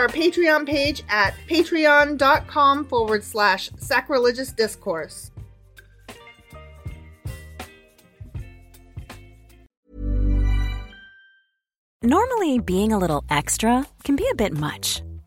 our Patreon page at patreon.com forward slash sacrilegious discourse. Normally, being a little extra can be a bit much,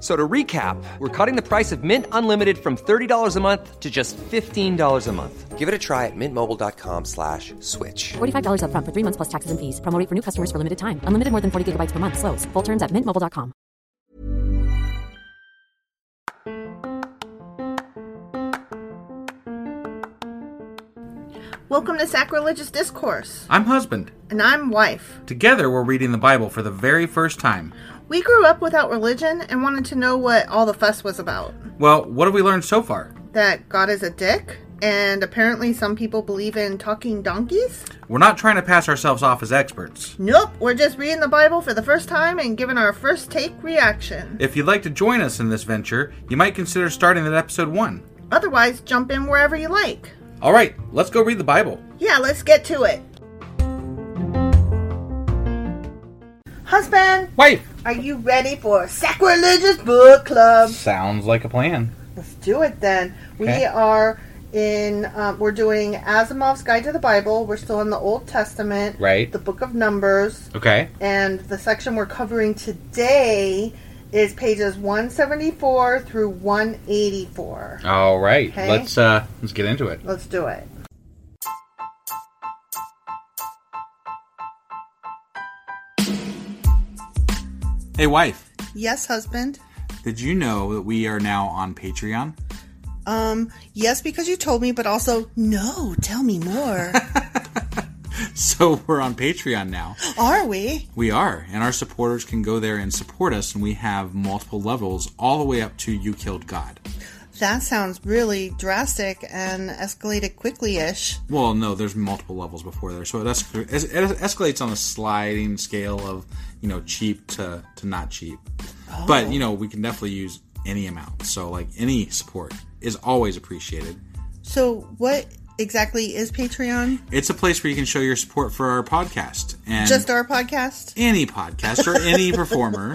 So to recap, we're cutting the price of Mint Unlimited from $30 a month to just $15 a month. Give it a try at mintmobile.com slash switch. $45 upfront for three months plus taxes and fees. Promo rate for new customers for limited time. Unlimited more than 40 gigabytes per month. Slows. Full terms at mintmobile.com. Welcome to Sacrilegious Discourse, I'm husband. and I'm Wife. Together we're reading the Bible for the very first time. We grew up without religion and wanted to know what all the fuss was about. Well, what have we learned so far? That God is a dick, and apparently some people believe in talking donkeys? We're not trying to pass ourselves off as experts. Nope, we're just reading the Bible for the first time and giving our first take reaction. If you'd like to join us in this venture, you might consider starting at episode 1. Otherwise, jump in wherever you like. All right, let's go read the Bible. Yeah, let's get to it. Husband, Wife! are you ready for sacrilegious book club? Sounds like a plan. Let's do it then. Okay. We are in. Um, we're doing Asimov's Guide to the Bible. We're still in the Old Testament, Right. The Book of Numbers, Okay. and the section we're covering today is pages one seventy four through one eighty four. All right. Okay. Let's uh let's get into it. Let's do it. Hey wife, Yes, husband. did you know that we are now on Patreon? Um, yes, because you told me, but also, no, tell me more. So we're on Patreon now. Are we? We are, and our supporters can go there and support us and we have multiple levels all the way up to you killed God. That sounds really drastic and escalated quickly ish. Well, no, there's multiple levels before there, so it, es- it escalates on a sliding scale of you know cheap to to not cheap. Oh. But you know we can definitely use any amount, so like any support is always appreciated. So, what exactly is Patreon? It's a place where you can show your support for our podcast and Just our podcast? any podcast or any performer.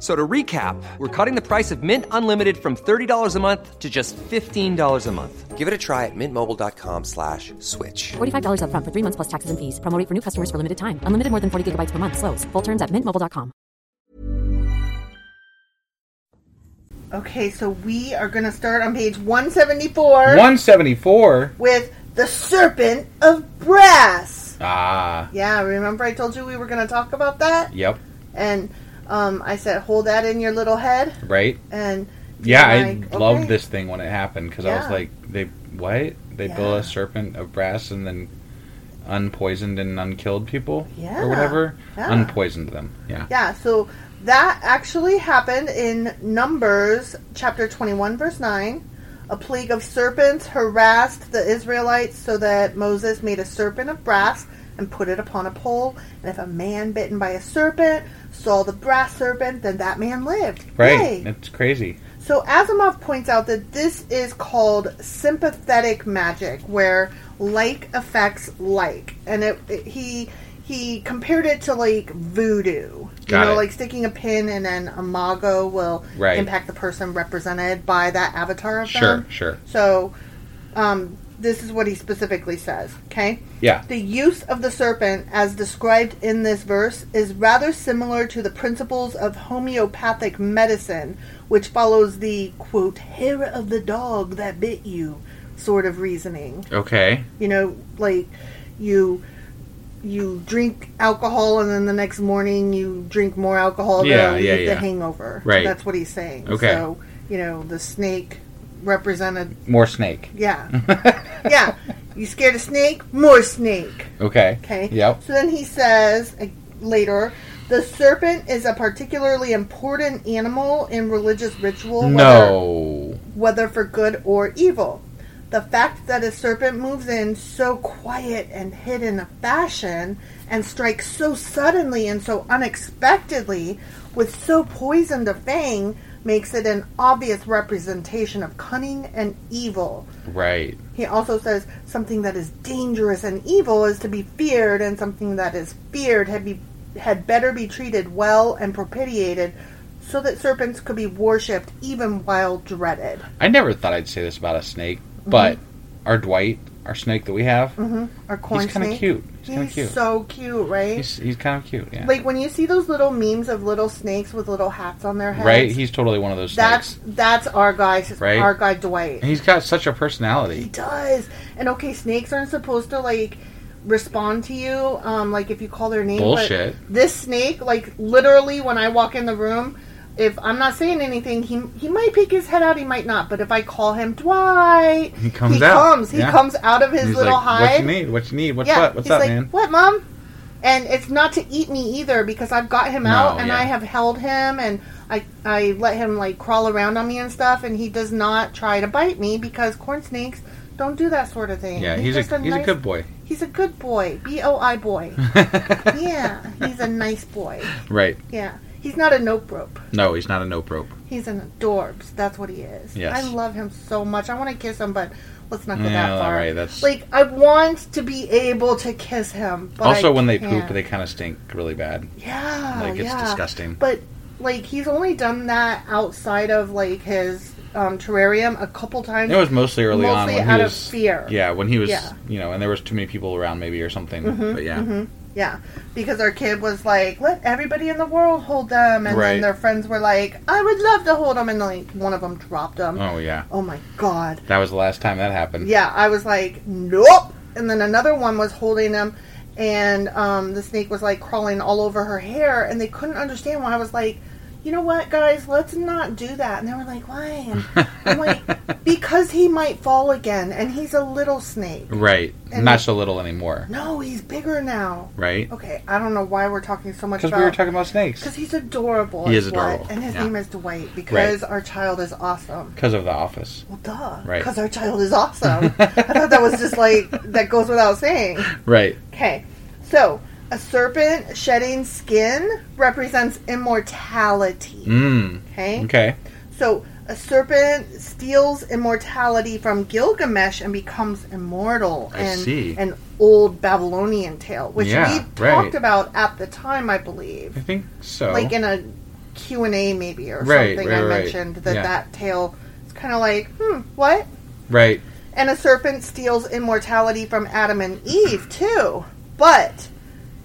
So to recap, we're cutting the price of Mint Unlimited from $30 a month to just $15 a month. Give it a try at mintmobile.com slash switch. $45 upfront for three months plus taxes and fees. Promo rate for new customers for limited time. Unlimited more than 40 gigabytes per month. Slows. Full terms at mintmobile.com. Okay, so we are going to start on page 174 174. with The Serpent of Brass. Ah, Yeah, remember I told you we were going to talk about that? yep, And um, I said, hold that in your little head. right. And Yeah, I Like, loved okay. this thing when it happened because I was Yeah. like, they what? They built Yeah. a serpent of brass and then unpoisoned and unkilled people Yeah. or whatever. Yeah. Unpoisoned them. Yeah. yeah, so that actually happened in Numbers chapter 21, verse 9. A plague of serpents harassed the Israelites so that Moses made a serpent of brass and put it upon a pole. And if a man bitten by a serpent saw the brass serpent, then that man lived. Right. Yay. That's crazy. So Asimov points out that this is called sympathetic magic, where like affects like, and it, it- he he compared it to like voodoo. Got you know, it. like sticking a pin and then a mago will Right. impact the person represented by that avatar of Sure, them. sure. So, um, this is what he specifically says. Okay. Yeah. The use of the serpent, as described in this verse, is rather similar to the principles of homeopathic medicine, which follows the quote hair of the dog that bit you sort of reasoning. Okay. You know, like you you drink alcohol and then the next morning you drink more alcohol Yeah, to yeah, alleviate yeah. the hangover. Right. That's what he's saying. Okay. So, you know, the snake represented More snake. yeah. yeah. You scared a snake? More snake. Okay. Okay. Yep. So then he says uh, later, the serpent is a particularly important animal in religious ritual, No. whether, whether for good or evil. The fact that a serpent moves in so quiet and hidden a fashion and strikes so suddenly and so unexpectedly with so poisoned a fang makes it an obvious representation of cunning and evil. Right. He also says something that is dangerous and evil is to be feared, and something that is feared had be had better be treated well and propitiated, so that serpents could be worshipped even while dreaded. I never thought I'd say this about a snake, Mm-hmm. but our Dwight, our snake that we have, Or corn kinda snake. cute. He's kinda cute. so cute, right? he's, he's kind of cute. Yeah. like when you see those little memes of little snakes with little hats on their heads. right. He's totally one of those that's snakes. that's our guy. Right. Our guy Dwight. And he's got such a He personality. does. And okay, snakes aren't supposed to like respond to you, um, like if you call their name. Bullshit. But this snake, like literally, when I walk in the room, if I'm not saying anything, he he might peek his head out, he might not. But if I call him Dwight, He comes out. Comes, he Yeah. comes out of his And he's little like, hide. what you need? What you need? What's up? What's he's up, like, man? What, mom? And it's not to eat me either because I've got him No, out and yeah. I have held him and I I let him like crawl around on me and stuff and he does not try to bite me because corn snakes don't do that sort of thing. Yeah, he's, just a, he's a nice- good boy. He's a good boy. B O I boy. yeah, he's a nice boy. Right. Yeah, he's not a nope rope. No, he's not a nope rope. He's an adorbs. That's what he is. Yes. I love him so much. I want to kiss him, but let's not go Yeah, that far. alright, that's- Like I want to be able to kiss him. But also, I when they can't. poop, they kind of stink really bad. yeah, like, it's yeah. disgusting. But like he's only done that outside of like his um, terrarium a couple times. It was mostly early on Mostly when out he of was fear. Yeah, when he was, Yeah. Mm-hmm. you know, and there was too many people around, maybe or something. but yeah, yeah, because our kid was like, "Let everybody in the world hold them," and Right. then their friends were like, "I would love to hold them," and like one of them dropped them. oh yeah, oh my god. that was the last time that happened. Yeah, I was like, nope, and then another one was holding him, and um, the snake was like crawling all over her hair, and they couldn't understand why I was like. You know what, guys? Let's not do that. And they were like, "Why?" And I'm like, "Because he might fall again, and he's a little snake. Right. And- Not so little anymore. No, he's bigger now. Right? Okay, I don't know why we're talking so much Because about. we were talking about snakes. Because he's adorable. He is is what- adorable, and his yeah. name is Dwight because our child is awesome. Because of The Office. Well, duh. Right. Because our child is awesome. I thought that was just like that goes without saying. Right. Okay, so a serpent shedding skin represents immortality. Okay. Mm. Okay. So a serpent steals immortality from Gilgamesh and becomes immortal. I and see. An old Babylonian tale, which Yeah, we right. talked about at the time, I believe, I think so. like in a Q and A maybe or Right, something. right, I right. mentioned that Yeah. that tale is kind of like, hmm, what? right. And a serpent steals immortality from Adam and Eve too, but.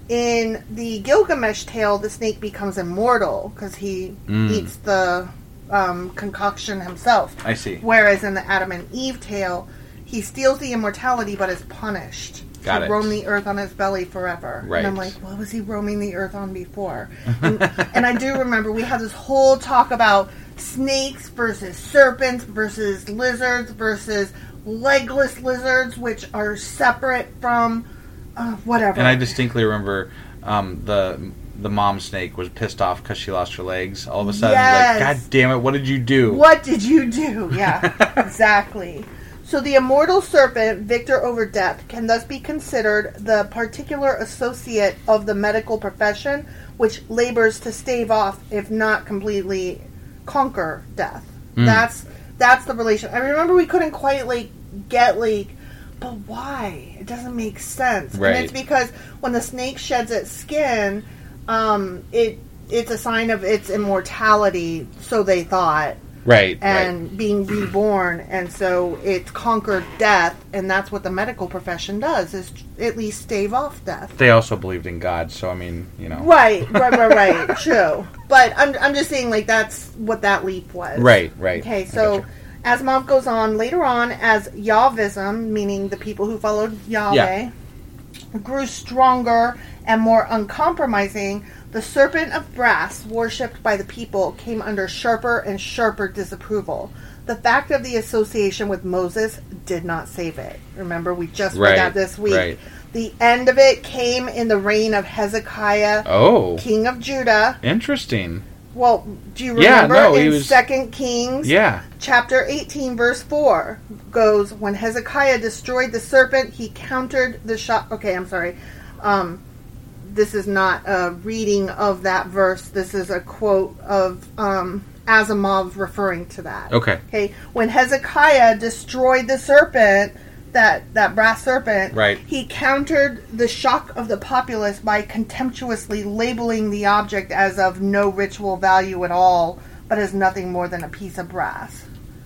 In the Gilgamesh tale, the snake becomes immortal because he Mm. eats the um, concoction himself. I see. Whereas in the Adam and Eve tale, he steals the immortality but is punished. Got to it. roam the earth on his belly forever. Right. And I'm like, what was he roaming the earth on before? And, and I do remember we had this whole talk about snakes versus serpents versus lizards versus legless lizards, which are separate from uh, whatever. And I distinctly remember um, the the mom snake was pissed off because she lost her legs. All of a sudden, Yes. like, God damn it, what did you do? What did you do? Yeah, exactly. So the immortal serpent, victor over death, can thus be considered the particular associate of the medical profession, which labors to stave off, if not completely conquer, death. Hmm. That's that's the relation. I remember we couldn't quite like get like, but why? It doesn't make sense. Right. And it's because when the snake sheds its skin, um, it it's a sign of its immortality. So they thought Right. right. and being reborn and so it's conquered death and that's what the medical profession does is at least stave off death They also believed in God, so I mean, you know. right right right right true but I'm, I'm just saying like that's what that leap was Right, right. okay I so gotcha. asimov goes on later on as yahvism meaning the people who followed yahweh Yeah. grew stronger and more uncompromising, the serpent of brass, worshipped by the people, came under sharper and sharper disapproval. The fact of the association with Moses did not save it. Remember, we just read Right, that this week. right. The end of it came in the reign of Hezekiah, Oh, king of Judah. interesting. Well, do you Yeah, remember no, he in was- Second Kings? Yeah. Chapter 18, verse 4 goes, When Hezekiah destroyed the serpent, he countered the shot. Okay, I'm sorry. Um, this is not a reading of that verse. This is a quote of um, Asimov referring to that. Okay. Okay. When Hezekiah destroyed the serpent, that, that brass serpent, Right. he countered the shock of the populace by contemptuously labeling the object as of no ritual value at all, but as nothing more than a piece of brass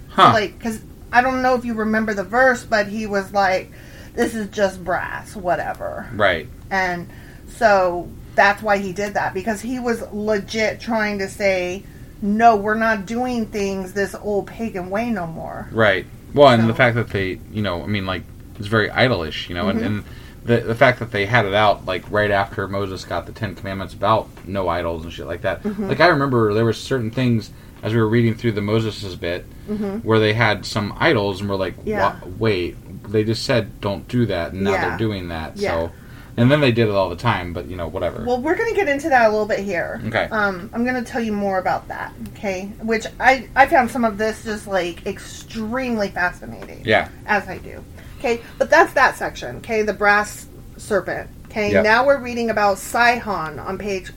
Huh. like because i don't know if you remember the verse but he was like this is just brass whatever right. and so that's why he did that because he was legit trying to say no we're not doing things this old pagan way no more Right. Well, and the So- fact that they, you know, I mean, like it's very idolish, you know, Mm-hmm. and, and the the fact that they had it out like right after Moses got the Ten Commandments about no idols and shit like that. Mm-hmm. Like I remember there were certain things as we were reading through the Moses's bit where they had some idols and we're like, Mm-hmm. Yeah. "Wha- wait, they just said don't do that, and now Yeah. they're doing that. Yeah. So, and then they did it all the time, but you know, whatever. well we're gonna get into that a little bit here Okay. um i'm gonna tell you more about that okay which i i found some of this just like extremely fascinating yeah. as I do. Okay, but that's that section. Okay, the brass serpent. Okay, Yep. now we're reading about Sihon on page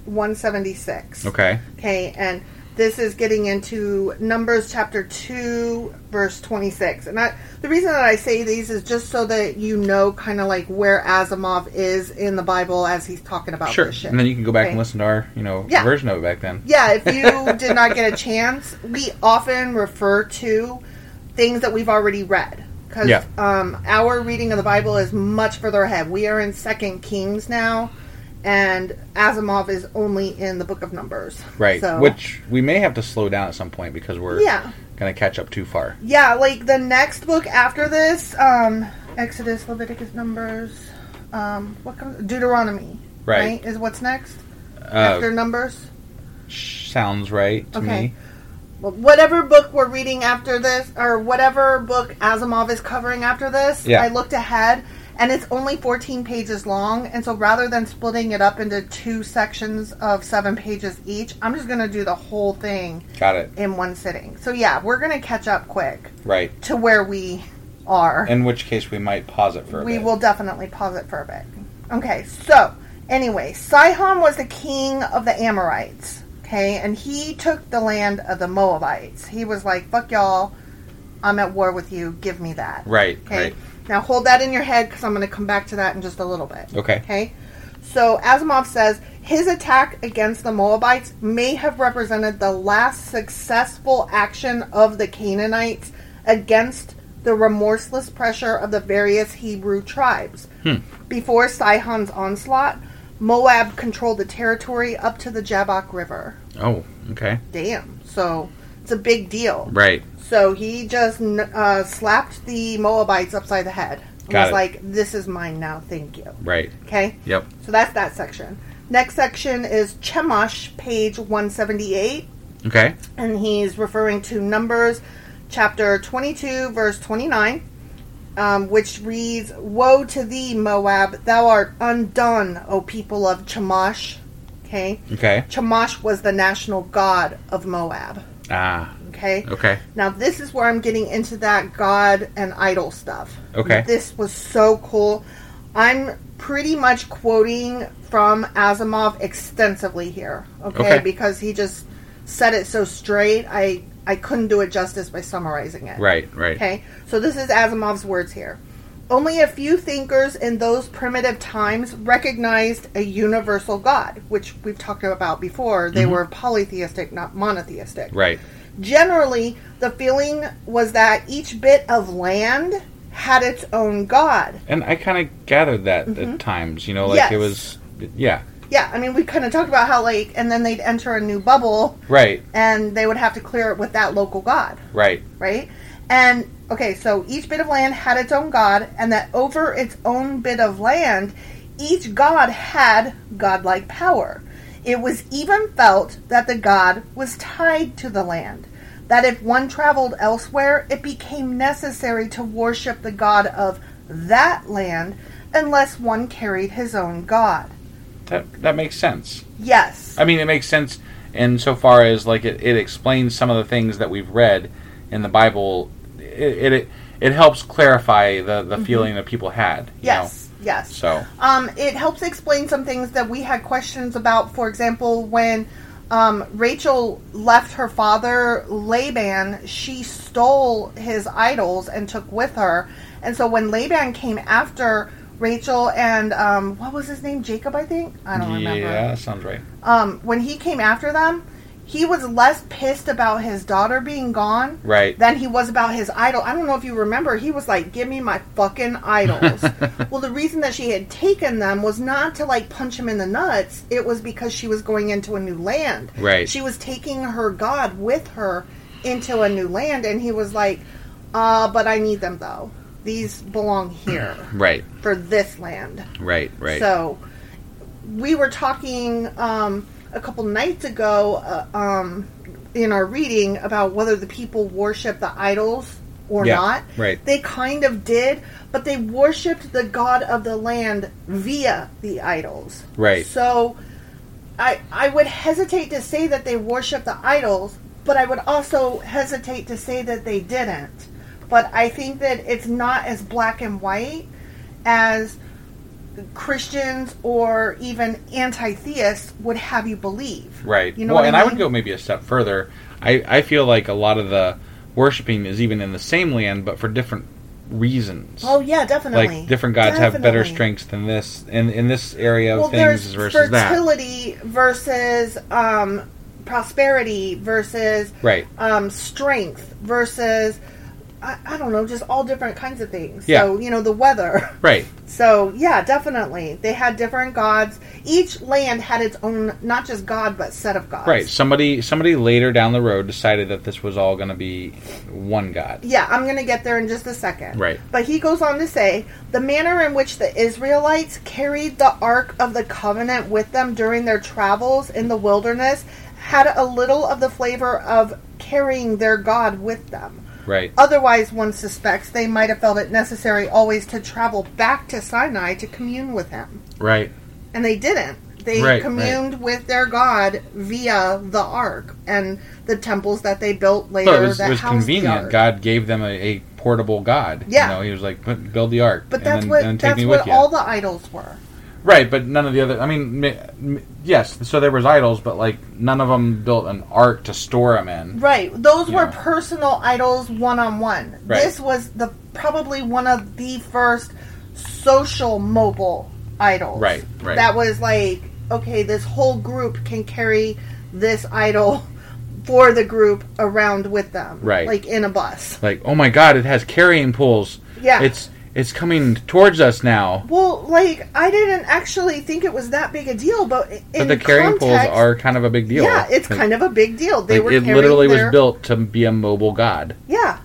176. Okay. Okay, and this is getting into Numbers chapter 2, verse 26. And I, the reason that I say these is just so that you know kind of like where Asimov is in the Bible as he's talking about Sure. this Oh, shit. And then you can go back and Okay. listen to our, you know, Yeah. version of it back then. Yeah, if you did not get a chance, we often refer to things that we've already read because Yeah. um, our reading of the Bible is much further ahead. We are in Second Kings now, and Asimov is only in the Book of Numbers. Right, So, which we may have to slow down at some point because we're Yeah. going to catch up too far. yeah, like the next book after this, um, Exodus, Leviticus, Numbers. Um, what comes? Deuteronomy. Right. Uh, Is what's next after Numbers. Sounds right to Okay. me. Well, whatever book we're reading after this, or whatever book Asimov is covering after this, Yeah. I looked ahead, and it's only 14 pages long. And so rather than splitting it up into two sections of seven pages each, I'm just going to do the whole thing Got it. in one sitting. So yeah, we're going to catch up quick Right. to where we are. In which case, we might pause it for a we bit. will definitely pause it for a bit. Okay, so anyway, Sihon was the king of the Amorites. Okay, and he took the land of the Moabites. He was like, "Fuck y'all, I'm at war with you. Give me that." Right, Okay. right. Now hold that in your head because I'm going to come back to that in just a little bit. Okay. Okay. So Asimov says his attack against the Moabites may have represented the last successful action of the Canaanites against the remorseless pressure of the various Hebrew tribes. Hmm. Before Sihon's onslaught, Moab controlled the territory up to the Jabbok River. Oh, okay. Damn. So it's a big deal. Right. So he just n- uh, slapped the Moabites upside the head. And Got was it. like, this is mine now, thank you. Right. Okay? Yep. So that's that section. Next section is Chemosh, page 178. Okay. And he's referring to Numbers chapter 22, verse 29, um, which reads Woe to thee, Moab! Thou art undone, O people of Chemosh. Okay? Okay. Chemosh was the national god of Moab. Ah. Okay? Okay. Now this is where I'm getting into that God and idol stuff. Okay. This was so cool. I'm pretty much quoting from Asimov extensively here, okay? Okay. Because he just said it so straight. I I couldn't do it justice by summarizing it. Right. Right. Okay, so this is Asimov's words here. Only a few thinkers in those primitive times recognized a universal God, which we've talked about before. They were polytheistic, not monotheistic. Mm-hmm. Right. Generally, the feeling was that each bit of land had its own god. And I kind of gathered that at times. You know, like it Mm-hmm. Yes. was. Yeah. Yeah, I mean, we kind of talked about how, like, and then they'd enter a new bubble Right. and they would have to clear it with that local god. Right. right? And okay, so each bit of land had its own god, and that over its own bit of land, each god had godlike power. It was even felt that the god was tied to the land, that if one traveled elsewhere, it became necessary to worship the god of that land unless one carried his own god. That that makes sense. Yes. I mean, it makes sense insofar as like it, it explains some of the things that we've read in the Bible. It it, it helps clarify the, the feeling that people had. you Mm-hmm. Yes. know? Yes. So Um, it helps explain some things that we had questions about. For example, when um, Rachel left her father Laban, she stole his idols and took with her. And so when Laban came after Rachel and um, what was his name? Jacob, I think. I don't remember. yeah, that sounds right. Um, when he came after them, he was less pissed about his daughter being gone Right. than he was about his idol. I don't know if you remember, he was like, "Give me my fucking idols." well, the reason that she had taken them was not to like punch him in the nuts. It was because she was going into a new land. Right. She was taking her God with her into a new land, and he was like, "Uh, but I need them though. These belong here right. for this land." Right. Right. So we were talking um, a couple nights ago uh, um, in our reading about whether the people worship the idols or Yeah, not. right. They kind of did, but they worshiped the god of the land via the idols. Right. So I I would hesitate to say that they worship the idols, but I would also hesitate to say that they didn't. But I think that it's not as black and white as Christians or even anti-theists would have you believe. Right. You know well, what and I I mean? would go maybe a step further. I, I feel like a lot of the worshiping is even in the same land, but for different reasons. Oh yeah, definitely. like different gods have better Definitely. strengths than this, in in this area of Well, things there's versus that. fertility versus um, prosperity versus Right. um, strength versus I, I don't know, just all different kinds of things. Yeah. So, you know, the weather. Right. So, yeah, definitely. They had different gods. Each land had its own, not just god, but set of gods. Right. Somebody somebody later down the road decided that this was all going to be one god. Yeah, I'm going to get there in just a second. Right. But he goes on to say the manner in which the Israelites carried the Ark of the Covenant with them during their travels in the wilderness had a little of the flavor of carrying their God with them. Right. Otherwise, one suspects they might have felt it necessary always to travel back to Sinai to commune with him. Right. And they didn't. They Right, communed with their God via the ark and the temples that they built later. Well, it was, that it was house convenient. yard. God gave them a, a portable god. Yeah. You know, he was like, "Put- build the ark. But and that's then- what and take that's me what with you." all the idols were. Right, but none of the other. I mean, m- m- yes. So there was idols, but like none of them built an ark to store them in. Right. Those were Yeah. personal idols one on one. Right. This was the probably one of the first social mobile idols. Right, right. That was like, okay, this whole group can carry this idol for the group around with them. Right. Like in a bus. Like, oh my god, it has carrying pools. Yeah. It's it's coming towards us now. Well, like I didn't actually think it was that big a deal, but in But the carrying context, poles are kind of a big deal. Yeah, it's kind of a big deal. They were it carrying literally their- was built to be a mobile god. Yeah,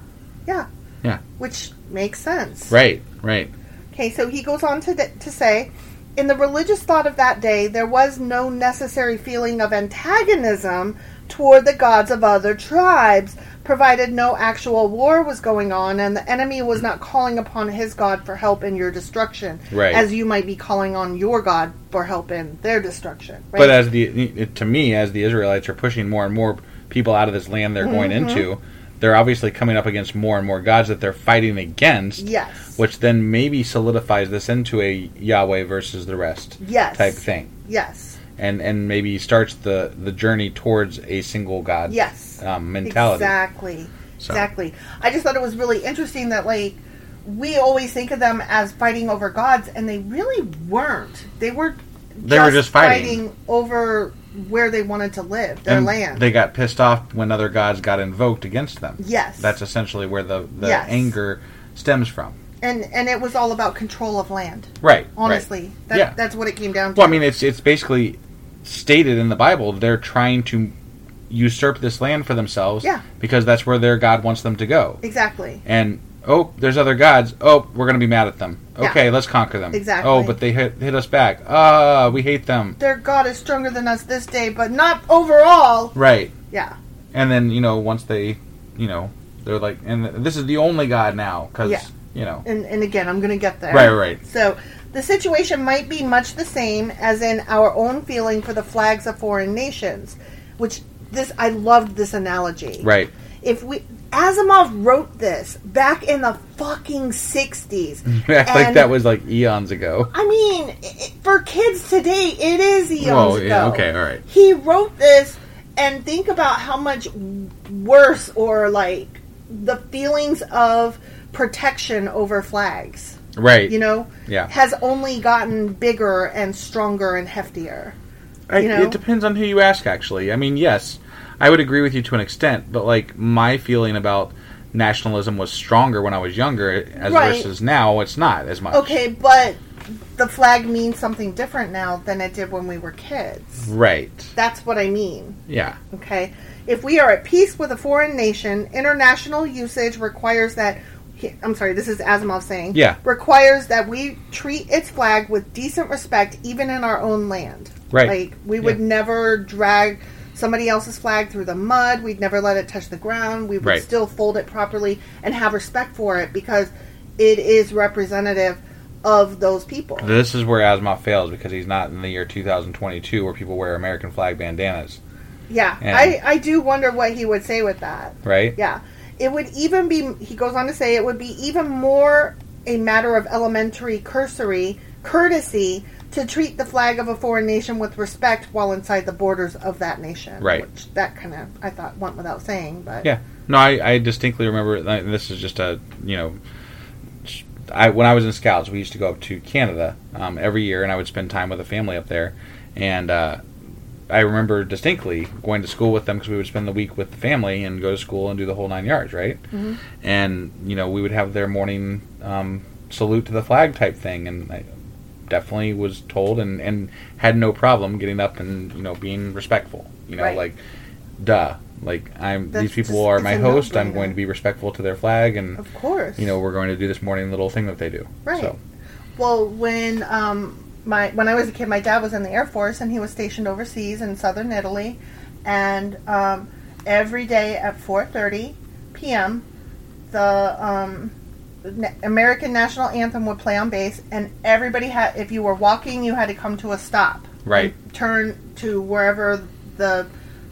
yeah, Yeah. which makes sense. Right. Right. Okay, so he goes on to, th- to say, in the religious thought of that day, there was no necessary feeling of antagonism toward the gods of other tribes, provided no actual war was going on and the enemy was not calling upon his god for help in your destruction, Right. as you might be calling on your god for help in their destruction. Right? But as the to me, as the Israelites are pushing more and more people out of this land they're going Mm-hmm. into, they're obviously coming up against more and more gods that they're fighting against. Yes. Which then maybe solidifies this into a Yahweh versus the rest Yes. type thing, yes, and and maybe starts the the journey towards a single god yes, um, mentality. Exactly, So. exactly. I just thought it was really interesting that like we always think of them as fighting over gods, and they really weren't. They were. They were just fighting. over where they wanted to live, their And land. They got pissed off when other gods got invoked against them. Yes. that's essentially where the the Yes. anger stems from. and and it was all about control of land. Right. right. Honestly, That, Yeah. that's what it came down to. Well, I mean, it's it's basically stated in the Bible they're trying to usurp this land for themselves. Yeah. Because that's where their God wants them to go. exactly. And oh, there's other gods. Oh, we're gonna be mad at them. Yeah. Okay, let's conquer them. Exactly. Oh, but they hit, hit us back. Ah, we hate them. Their God is stronger than us this day, but not overall. Right. Yeah. And then you know once they, you know, they're like, and this is the only God now because Yeah. you know. and, and again, I'm going to get there. Right, right. So the situation might be much the same as in our own feeling for the flags of foreign nations, which this I loved this analogy. Right. If we Asimov wrote this back in the fucking 60s. Act like and- that was like eons ago. I mean, i- i- for kids today, it is eons Well, ago. yeah, okay, all right. He wrote this, and think about how much w- worse or like the feelings of protection over flags Right. you know, Yeah. has only gotten bigger and stronger and heftier. I, you know? It depends on who you ask, actually. I mean, yes, I would agree with you to an extent, but like my feeling about nationalism was stronger when I was younger, as Right. versus now, it's not as much. Okay, but the flag means something different now than it did when we were kids. Right. That's what I mean. Yeah. Okay. If we are at peace with a foreign nation, international usage requires that. I'm sorry, this is Asimov saying. Yeah. Requires that we treat its flag with decent respect, even in our own land. Right. Like, we would Yeah. never drag somebody else's flag through the mud. We'd never let it touch the ground. We would Right. still fold it properly and have respect for it because it is representative of those people. This is where Asimov fails because he's not in the year 2022 where people wear American flag bandanas, Yeah. And- I, I do wonder what he would say with that. right? Yeah. It would even be, he goes on to say, it would be even more a matter of elementary cursory courtesy to treat the flag of a foreign nation with respect while inside the borders of that nation. Right. Which that kind of, I thought, went without saying, but. Yeah. No, I, I distinctly remember. like, This is just a you know, I when I was in Scouts, we used to go up to Canada um, every year, and I would spend time with a family up there, and uh, I remember distinctly going to school with them because we would spend the week with the family and go to school and do the whole nine yards, right? And you know, we would have their morning um, salute to the flag type thing, and I definitely was told and and had no problem getting up and you know being respectful. You know, Right. like duh, like I'm That's these people just- are it's my a host. I'm no-brainer. going to be respectful to their flag, and Of course. you know, we're going to do this morning little thing that they do. Right. So, Well, when um, my when I was a kid, my dad was in the Air Force and he was stationed overseas in southern Italy, and um, every day at 4:30 p.m. the um, Na- American national anthem would play on bass, and everybody had if you were walking, you had to come to a stop, Right. And turn to wherever the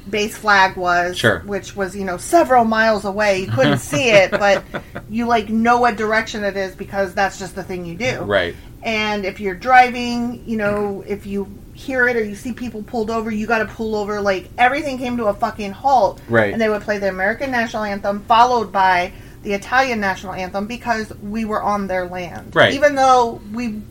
base flag was Sure. which was you know several miles away you couldn't see it but you like know what direction it is because that's just the thing you do Right. and if you're driving you know if you hear it or you see people pulled over you got to pull over like everything came to a fucking halt Right. and they would play the american national anthem followed by the italian national anthem because we were on their land Right. even though we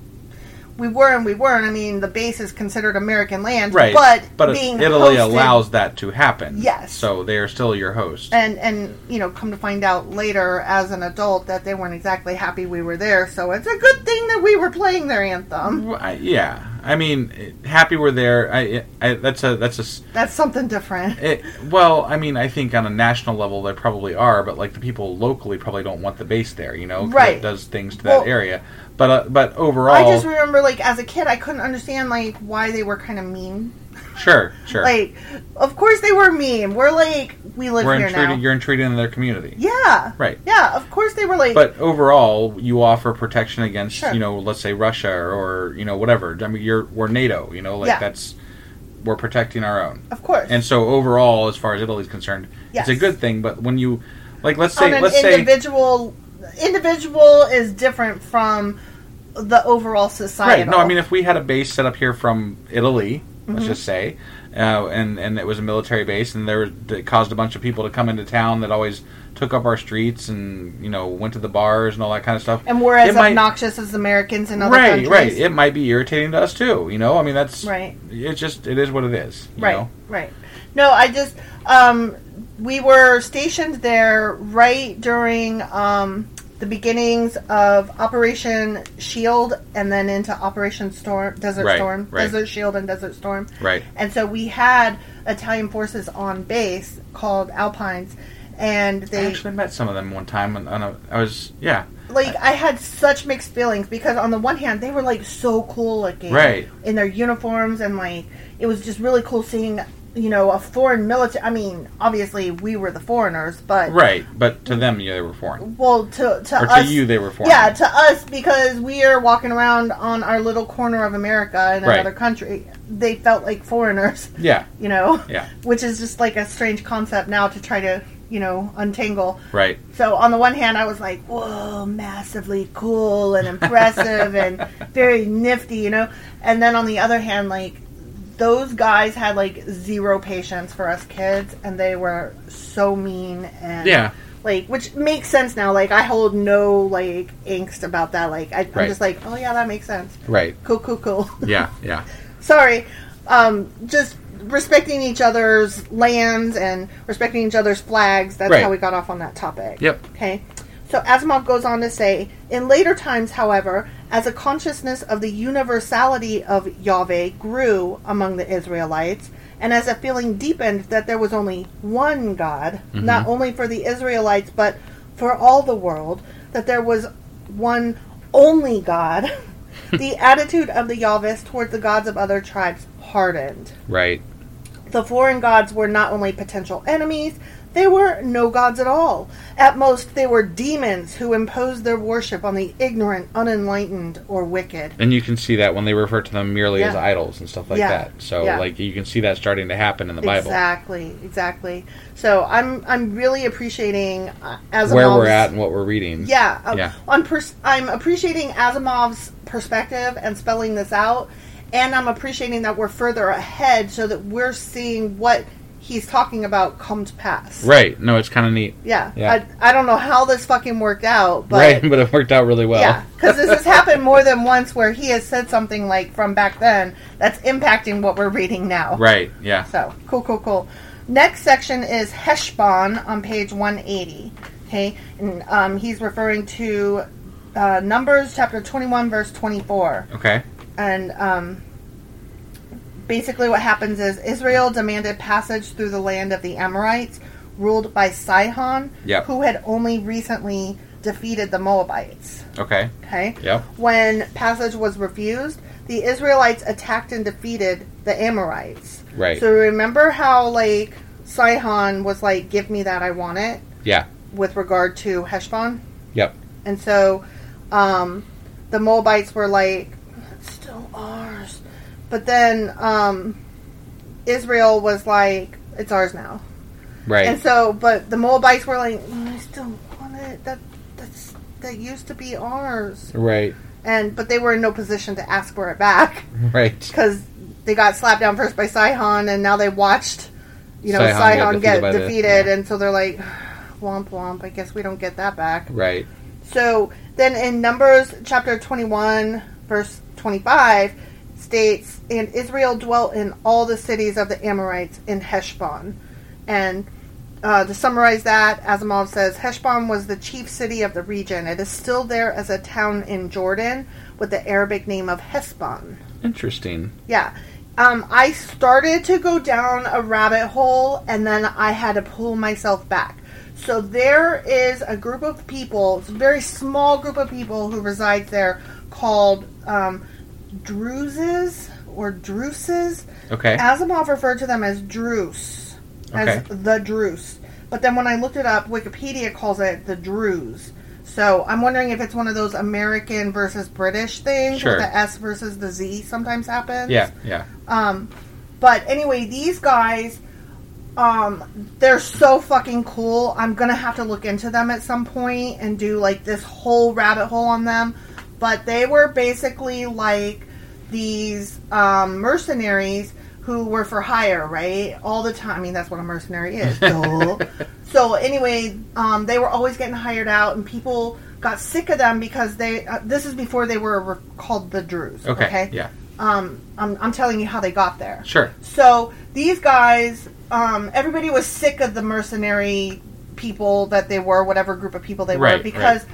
we were and we weren't. I mean, the base is considered American land, right. But, but being Italy hosted- allows that to happen. Yes. So they are still your host. and and you know come to find out later as an adult that they weren't exactly happy we were there so it's a good thing that we were playing their anthem Well, I- yeah, I mean, it- happy we're there. I, I that's a that's a s- that's something different it, well, I mean, I think on a national level they probably are, but like the people locally probably don't want the base there, you know, 'cause Right. It does things to Well- that area, but uh, but i overall, just remember like as a kid i couldn't understand like why they were kind of mean sure, sure, like of course they were mean we're like we live we're here now intruding. You're intruding in their community, yeah right? yeah of course they were like But overall, you offer protection against, Sure. you know, let's say Russia or you know whatever. I mean, you're we're NATO, you know, like Yeah. that's we're protecting our own. of course And so overall, as far as Italy's concerned, Yes. it's a good thing. But when you like, let's on say, an let's say, individual individual is different from the overall society right? No, I mean, if we had a base set up here from Italy, let's Mm-hmm. just say, uh, and and it was a military base, and there that caused a bunch of people to come into town that always took up our streets and you know went to the bars and all that kind of stuff. and we're as it might- obnoxious as Americans in other right, countries. right. It might be irritating to us too. You know, I mean, that's Right. It's just it is what it is. you right, know? right. No, I just um, we were stationed there right during um, the beginnings of Operation Shield, and then into Operation Storm, Desert Right, Storm, right. Desert Shield, and Desert Storm. Right. And so we had Italian forces on base called Alpines, and I they actually met some of them one time, and on a, I was yeah. like I had such mixed feelings because on the one hand they were like so cool looking, Right. In their uniforms and like it was just really cool seeing you know a foreign military. I mean, obviously we were the foreigners, but Right, but to them, yeah, they were foreign. Well, to to Or to us, you, they were foreign. Yeah, to us because we are walking around on our little corner of America in Right. another country. They felt like foreigners, Yeah, you know. Yeah. Which is just like a strange concept now to try to you know untangle. right. So on the one hand, I was like, "Whoa, massively cool and impressive and very nifty," you know. And then on the other hand, like those guys had like zero patience for us kids, and they were so mean and Yeah. like which makes sense now. Like I hold no like angst about that. Like I, Right. I'm just like, "Oh yeah, that makes sense." Right. Cool, cool, cool. Yeah, yeah. Sorry, um, just respecting each other's lands and respecting each other's flags. That's Right. how we got off on that topic. Yep. Okay. So Asimov goes on to say, in later times, however, as a consciousness of the universality of Yahweh grew among the Israelites, and as a feeling deepened that there was only one God, not only for the Israelites but for all the world, that there was one only God, the attitude of the Yahvists towards the gods of other tribes hardened. Right. The foreign gods were not only potential enemies, they were no gods at all. At most, they were demons who imposed their worship on the ignorant, unenlightened, or wicked. And you can see that when they refer to them merely as Yeah. idols and stuff like Yeah, that. So, yeah. like, you can see that starting to happen in the Bible. Exactly, exactly. So I'm I'm really appreciating uh, Asimov's Where we're at and what we're reading. Yeah, uh, Yeah. I'm pers- I'm appreciating Asimov's perspective and spelling this out, and I'm appreciating that we're further ahead so that we're seeing what he's talking about come to pass. Right. No, it's kind of neat. Yeah. Yeah. I, I don't know how this fucking worked out, but right, but it worked out really well. Yeah, because this has happened more than once where he has said something like from back then that's impacting what we're reading now. Right. Yeah. So cool, cool, cool. Next section is Heshbon on page 180. Okay, and um, he's referring to uh, Numbers chapter 21, verse 24. Okay. And um, basically, what happens is Israel demanded passage through the land of the Amorites, ruled by Sihon, Yep. who had only recently defeated the Moabites. Okay. Okay. Yep. When passage was refused, the Israelites attacked and defeated the Amorites. Right. So remember how like Sihon was like, "Give me that, I want it," Yeah. with regard to Heshbon, Yep. and so um, the Moabites were like, "It's still ours," but then um, Israel was like, "It's ours now." Right. And so, but the Moabites were like, "Mm, "I still want it. That that's that used to be ours." right. and but they were in no position to ask for it back Right. because they got slapped down first by Sihon, and now they watched, you know, Sihon get Sihon defeated get by the- defeated, and so they're like, womp womp. I guess we don't get that back. Right. So then in Numbers chapter 21, verse 25, states, And Israel dwelt in all the cities of the Amorites in Heshbon. And uh, to summarize that, Asimov says Heshbon was the chief city of the region. It is still there as a town in Jordan with the Arabic name of Hesbon. Interesting. Yeah. Um, I started to go down a rabbit hole and then I had to pull myself back. So there is a group of people, it's a very small group of people who reside there called um, Druses or Druses. Okay. Asimov referred to them as Druce, as Okay. the Druce. But then when I looked it up, Wikipedia calls it the Druze. So I'm wondering if it's one of those American versus British things Sure. where the S versus the Z sometimes happens. Yeah. Yeah. But anyway, these guys, um, they're so fucking cool. I'm gonna have to look into them at some point and do like this whole rabbit hole on them. But they were basically like these um, mercenaries who were for hire, right? All the time. I mean, that's what a mercenary is. duh. so anyway, um, they were always getting hired out, and people got sick of them because they. Uh, this is before they were re- called the Druze. Okay. Okay. Yeah. Um, I'm, I'm telling you how they got there. Sure. So these guys, um, everybody was sick of the mercenary people that they were, whatever group of people they Right, were, because right.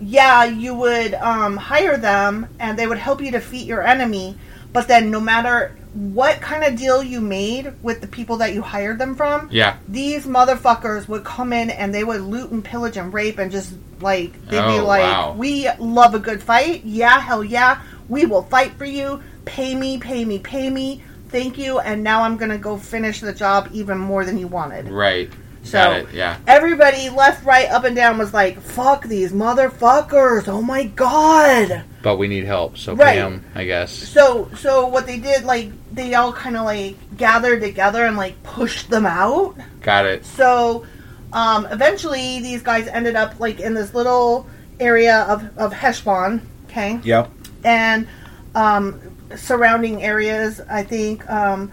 yeah, you would um, hire them and they would help you defeat your enemy, but then no matter what kind of deal you made with the people that you hired them from, Yeah. these motherfuckers would come in and they would loot and pillage and rape and just like they'd be Oh, like, wow. "We love a good fight, yeah, hell yeah, we will fight for you. Pay me, pay me, pay me. Thank you." And now I'm gonna go finish the job even more than you wanted. Right. So Got it. Yeah. everybody left, right, up and down was like, "Fuck these motherfuckers! Oh my god!" But we need help, so Right. Pam, I guess. So so what they did, like they all kind of like gathered together and like pushed them out. Got it. So um, eventually, these guys ended up like in this little area of, of Heshbon, okay, Yep. and um, surrounding areas. I think um,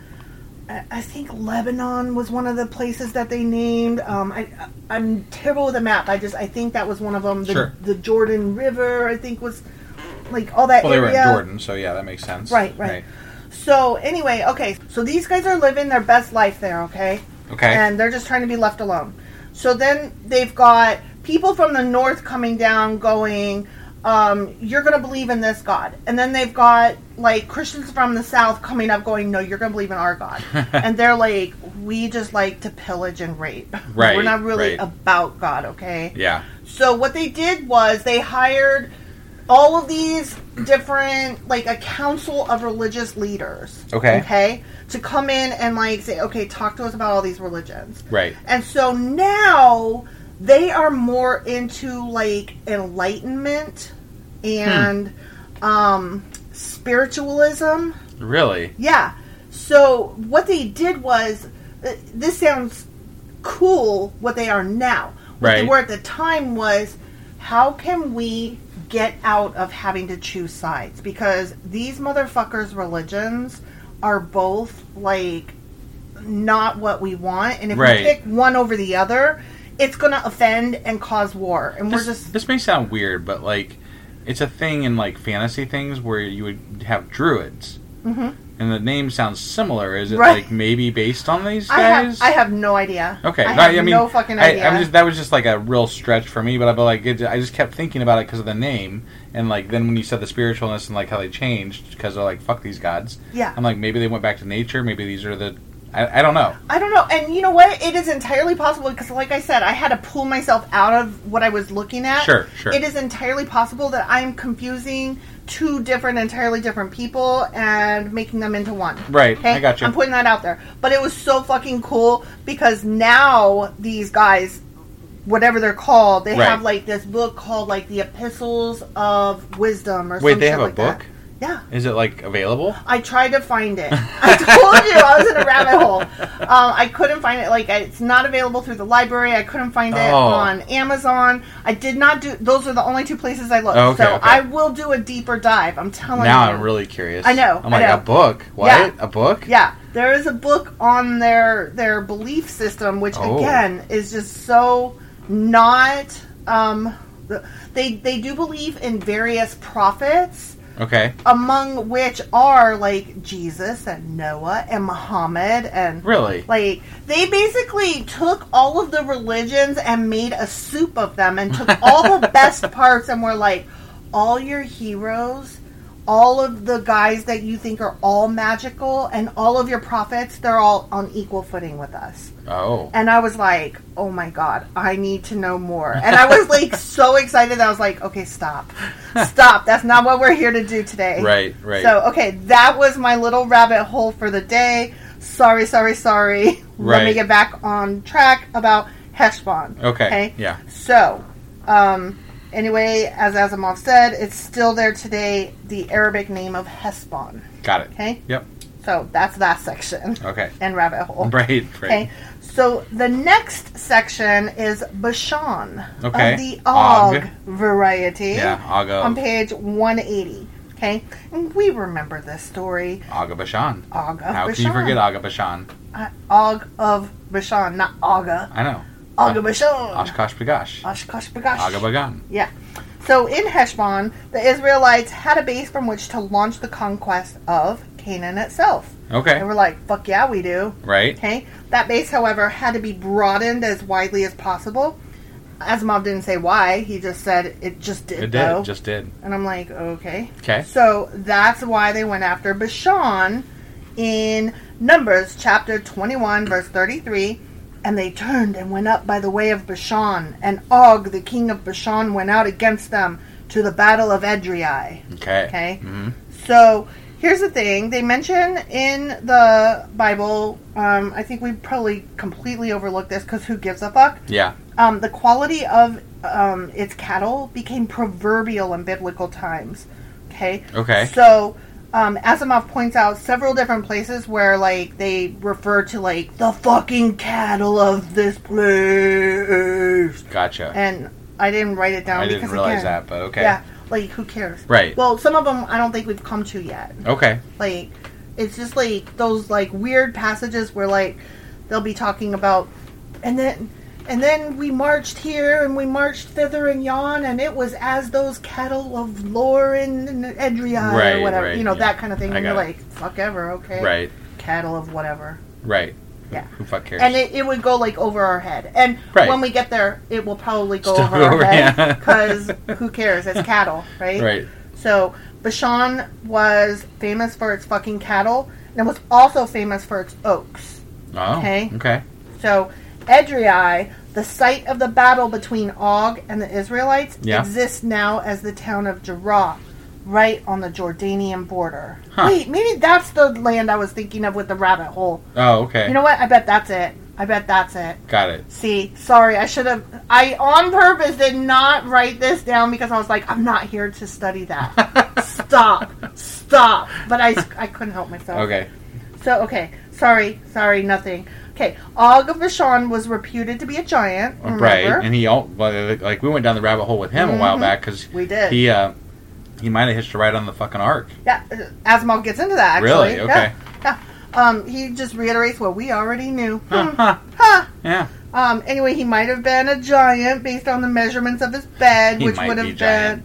I, I think Lebanon was one of the places that they named. Um, I I'm terrible with a map. I just I think that was one of them. The, Sure. the Jordan River, I think, was like all that Well, they were area. in Jordan, so yeah, that makes sense. uh, Right, right. So anyway, okay. So these guys are living their best life there, okay? Okay. And they're just trying to be left alone. So then they've got people from the north coming down going, um, you're going to believe in this God. And then they've got like Christians from the south coming up going, no, you're going to believe in our God. and they're like, we just like to pillage and rape. Right, We're not really right. about God, okay? Yeah. So what they did was they hired all of these different like a council of religious leaders. Okay. Okay. To come in and like say, okay, talk to us about all these religions. Right. And so now they are more into like enlightenment Hmm. and um spiritualism. Really? Yeah. So what they did was, uh, this sounds cool. What they are now, what they Right. were at the time was, how can we get out of having to choose sides? Because these motherfuckers' religions are both like not what we want, and if Right. we pick one over the other, it's going to offend and cause war. And This, we're just this may sound weird, but like, it's a thing in like fantasy things where you would have druids, mm-hmm. and the name sounds similar. Is it Right. like maybe based on these I guys? have I have no idea. Okay, I no, have mean, no fucking I- idea. I'm just that was just like a real stretch for me, but I but like it, I just kept thinking about it because of the name, and like then when you said the spiritualness and like how they changed because they're like fuck these gods. Yeah. I'm like maybe they went back to nature. Maybe these are the I, I don't know. I don't know. And you know what? It is entirely possible because, like I said, I had to pull myself out of what I was looking at. Sure, sure. It is entirely possible that I'm confusing two different, entirely different people and making them into one. Right, I got you. I'm putting that out there. But it was so fucking cool because now these guys, whatever they're called, they Right. have like this book called like the Epistles of Wisdom or Wait, some they shit have a like that. book? Yeah. Is it like available? I tried to find it. I told you I was in a rabbit hole. Um, I couldn't find it. Like it's not available through the library. I couldn't find it Oh. on Amazon. I did not do. Those are the only two places I looked. Oh, okay, so okay. I will do a deeper dive. I'm telling now you. I'm really curious. I know, I'm I like know. a book. What? Yeah. A book? Yeah, there is a book on their their belief system, which Oh. again is just so not. Um, they they do believe in various prophets. Okay. among which are like Jesus and Noah and Muhammad and Really? like they basically took all of the religions and made a soup of them and took all the best parts and were like all your heroes all of the guys that you think are all magical and all of your prophets they're all on equal footing with us Oh. and I was like, "Oh my god, I need to know more." And I was like so excited. that I was like, "Okay, stop, stop. That's not what we're here to do today." Right, right. So, okay, that was my little rabbit hole for the day. Sorry, sorry, sorry. Let me Right. get back on track about Heshbon. Okay, yeah. So, um, anyway, as Asimov said, it's still there today. The Arabic name of Heshbon. Got it. Okay. Yep. So that's that section. Okay. And rabbit hole. Right. Right. Okay. So the next section is Bashan Okay. of the Og, Og. variety. Yeah, Og of. On page 180. Okay. And we remember this story. Aga Bashan. Og of How Bashan. can you forget Aga Bashan? Uh, Og of Bashan, not Aga. I know. Aga Bashan. Oshkosh Bagosh. Oshkosh Bagosh. Aga Bagan. Yeah. So in Heshbon, the Israelites had a base from which to launch the conquest of Canaan itself. Okay. And we're like, fuck yeah, we do. Right. Okay. That base, however, had to be broadened as widely as possible. Asimov didn't say why. He just said it just did. It did. though. Just did. And I'm like, okay. 'Kay. So that's why they went after Bashan in Numbers chapter 21, verse 33. And they turned and went up by the way of Bashan. And Og, the king of Bashan, went out against them to the battle of Edrei. Okay. Okay. Mm-hmm. So here's the thing they mention in the Bible, um, I think we probably completely overlooked this because who gives a fuck? Yeah. Um, the quality of um, its cattle became proverbial in biblical times. Okay. Okay. So um, Asimov points out several different places where, like, they refer to like the fucking cattle of this place, Gotcha. and I didn't write it down. I didn't because, realize again, that, but okay. Yeah. Like, who cares? Right. Well, some of them I don't think we've come to yet. Okay. Like, it's just like those like weird passages where like they'll be talking about, and then and then we marched here and we marched thither and yon, and it was as those cattle of Loren and Edrei Right, or whatever, right, you know yeah. that kind of thing. I And you're got it. like, fuck ever, okay, Right. Cattle of whatever. Right. Yeah. Who fuck cares? And it, it would go like over our head. And Right. when we get there, it will probably go Still over go our over, yeah. head because who cares? It's cattle, right? Right. So Bashan was famous for its fucking cattle, and it was also famous for its oaks. oh. okay. Okay. So Edrei, the site of the battle between Og and the Israelites, Yeah. exists now as the town of Jarrah, right on the Jordanian border. Wait, maybe that's the land I was thinking of with the rabbit hole. Oh. Okay. You know what? I bet that's it. I bet that's it. Got it. See, sorry, I should have. I on purpose did not write this down because I was like, I'm not here to study that. stop, stop. But I, I couldn't help myself. Okay. So okay, sorry, sorry, nothing. Okay, Og of Bashan was reputed to be a giant. Remember? Mm-hmm. Right. And he all well, like we went down the rabbit hole with him a while back because We did. He uh he might have hitched a ride on the fucking ark. Yeah, uh, Asimov gets into that actually. Really? Yeah, Okay. yeah. Um, he just reiterates what we already knew. Hmm. Yeah. Um, anyway, he might have been a giant based on the measurements of his bed, He which might would have be been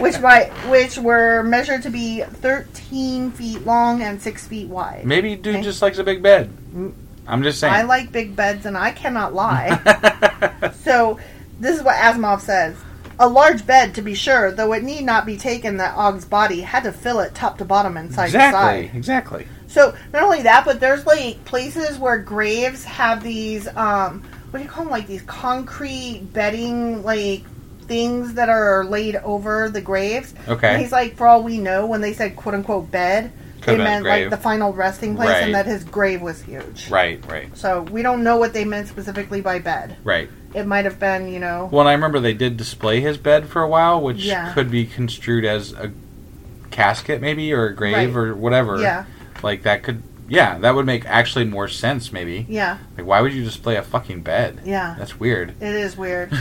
which might which were measured to be thirteen feet long and six feet wide. Maybe dude Okay. Mm. just likes a big bed. I'm just saying. I like big beds, and I cannot lie. so this is what Asimov says. A large bed, to be sure, though it need not be taken that Og's body had to fill it top to bottom and side to side. exactly. Exactly. So not only that, but there's like places where graves have these um what do you call them like these concrete bedding like things that are laid over the graves. Okay. And he's like, for all we know, when they said quote unquote bed, Could've they been meant grave. like the final resting place Right. and that his grave was huge. Right. Right. So we don't know what they meant specifically by bed. Right. It might have been, you know Well, and I remember they did display his bed for a while, which Yeah. could be construed as a casket, maybe, or a grave, Right. or whatever. Yeah. Like that could, yeah, that would make actually more sense, maybe. Yeah. Like, why would you display a fucking bed? Yeah. That's weird. It is weird.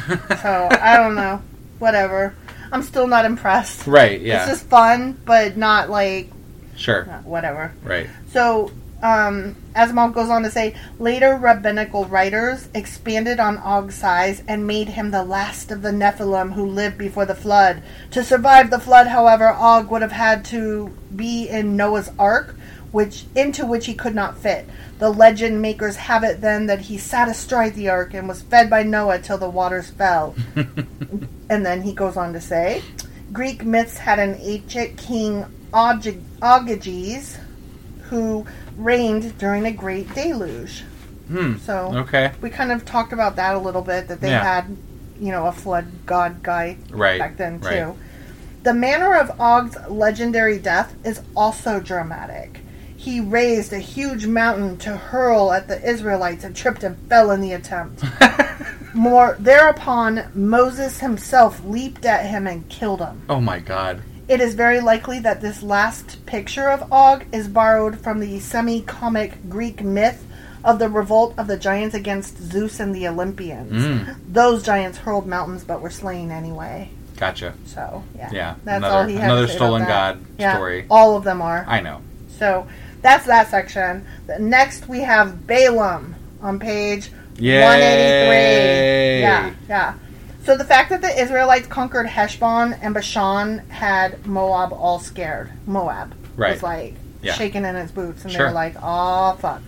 so I don't know. Whatever. I'm still not impressed. Right. Yeah. It's just fun, but not like uh, sure. whatever. Right. So, um, Asimov goes on to say later rabbinical writers expanded on Og's size and made him the last of the Nephilim who lived before the flood. To survive the flood, however, Og would have had to be in Noah's Ark, which into which he could not fit. The legend makers have it then that he sat astride the ark and was fed by Noah till the waters fell. And then he goes on to say, Greek myths had an ancient king Og- Ogyges who reigned during a great deluge. Hmm. So Okay. we kind of talked about that a little bit that they Yeah. had, you know, a flood god guy Right, back then too. right. The manner of Og's legendary death is also dramatic. He raised a huge mountain to hurl at the Israelites and tripped and fell in the attempt. More thereupon, Moses himself leaped at him and killed him. Oh my god. It is very likely that this last picture of Og is borrowed from the semi comic Greek myth of the revolt of the giants against Zeus and the Olympians. Hmm. Those giants hurled mountains but were slain anyway. Gotcha. So, yeah. Yeah, That's another- all he had another to say stolen about that. god Yeah, story. All of them are. I know. so, that's that section. The- Next, we have Balaam on page Yay! 183. Yeah, yeah. So, the fact that the Israelites conquered Heshbon and Bashan had Moab all scared. Moab Right. was like Yeah. shaking in its boots, and Sure. they were like, oh, fuck.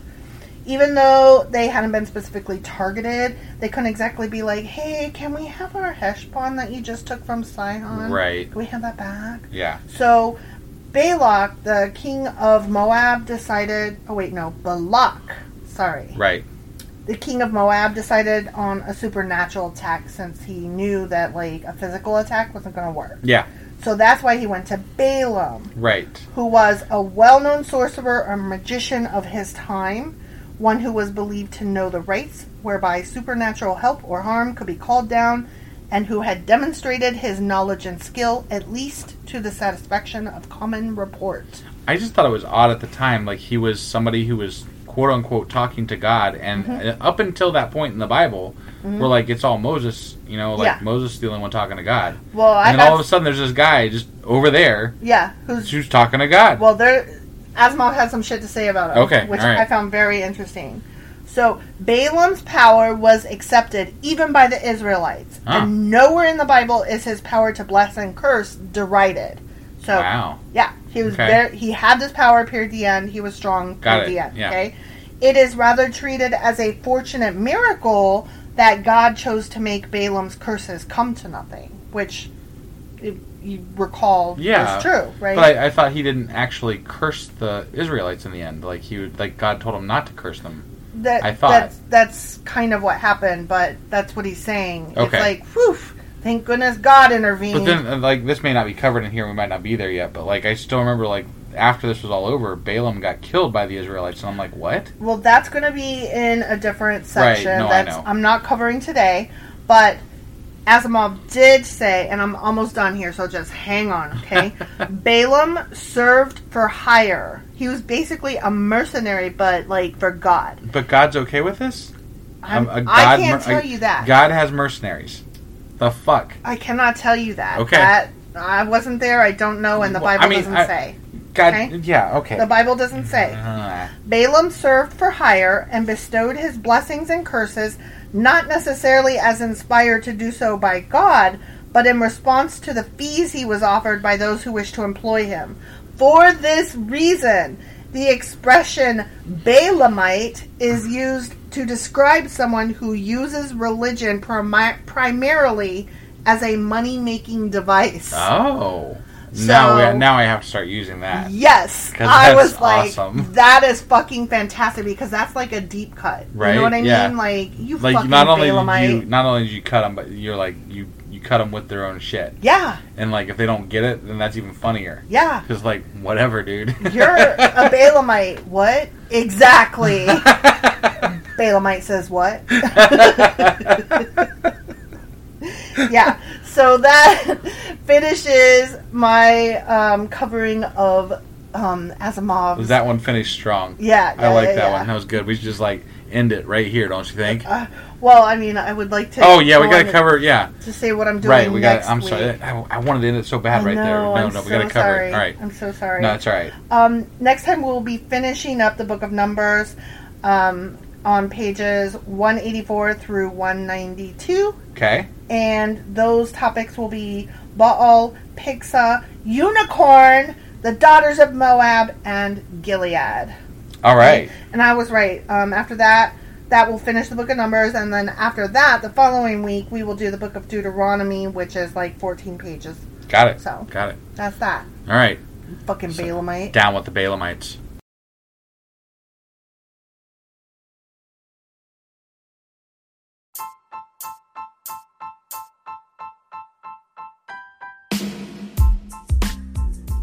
Even though they hadn't been specifically targeted, they couldn't exactly be like, hey, can we have our Heshbon that you just took from Sihon? Right. Can we have that back? Yeah. So Balak, the king of Moab, decided. Oh wait, no, Balak. Sorry, Right. the king of Moab decided on a supernatural attack since he knew that like a physical attack wasn't going to work. Yeah. So that's why he went to Balaam, Right. who was a well-known sorcerer or magician of his time, one who was believed to know the rites whereby supernatural help or harm could be called down. And who had demonstrated his knowledge and skill, at least to the satisfaction of common report. I just thought it was odd at the time. Like he was somebody who was quote unquote talking to God, and Mm-hmm. uh, up until that point in the Bible, we're like it's all Moses. You know, like Yeah. Moses is the only one talking to God. Well, I and then all got- of a sudden, there's this guy just over there Yeah, who's who's talking to God. Well, there, Asimov had some shit to say about it, Okay, which all right. I found very interesting. So Balaam's power was accepted even by the Israelites, Huh. and nowhere in the Bible is his power to bless and curse derided. So Wow. yeah, he was Okay. very he had this power appear at the end. He was strong Got at it, the end. yeah. Okay, it is rather treated as a fortunate miracle that God chose to make Balaam's curses come to nothing, which. If you recall, yeah, is true, right? But I, I thought he didn't actually curse the Israelites in the end. Like he, would, like God told him not to curse them. that I thought. that's, that's kind of what happened, but that's what he's saying. Okay. It's like, whew, thank goodness God intervened. But then, uh, like, this may not be covered in here. We might not be there yet. But like, I still remember, like, after this was all over, Balaam got killed by the Israelites, and I'm like, what? well, that's going to be in a different section no, I that's know. I'm not covering today, but Asimov did say, and I'm almost done here, so just hang on, okay? Balaam served for hire. He was basically a mercenary, but like for God. But God's okay with this? I'm, Um, I a can't mer- tell a- you that. God has mercenaries. The fuck? I cannot tell you that. Okay. That I wasn't there. I don't know, and the Well, Bible I mean, doesn't I- say. God, Okay. yeah, okay. The Bible doesn't say. Uh, Balaam served for hire and bestowed his blessings and curses, not necessarily as inspired to do so by God, but in response to the fees he was offered by those who wished to employ him. For this reason, the expression Balaamite is used to describe someone who uses religion primi- primarily as a money making device. oh, So- now we, now I have to start using that. Yes, 'Cause I that's was like, awesome. that is fucking fantastic because that's like a deep cut. You know Right? what I Yeah. mean? Like you Like fucking not only Balaamite. did you not only did you cut them, but you're like you you cut them with their own shit. yeah, And like if they don't get it, then that's even funnier. yeah. Just like whatever, dude. You're a Balaamite. What exactly? Balaamite says what? yeah. So that finishes my um, covering of um, Asimov's. that one finished strong. Yeah, yeah, I like yeah, that yeah. one. That was good. We should just like end it right here, don't you think? well, I mean, I would like to. oh yeah, we go got on to cover. Yeah, to say what I'm doing. right. We got. next I'm week. sorry. I, I wanted to end it so bad I right there. know, No, I'm no, we so got to cover sorry. it. All right. I'm so sorry. No, it's all right. um, next time we'll be finishing up the book of Numbers um, on pages 184 through 192, Okay. and those topics will be Baal, Pixar, Unicorn, the Daughters of Moab, and Gilead. All right. And I was right. Um, after that, that will finish the book of Numbers, and then after that, the following week, we will do the book of Deuteronomy, which is like 14 pages. Got it. So. Got it. That's that. All right. Fucking Balaamite. Down with the Balaamites.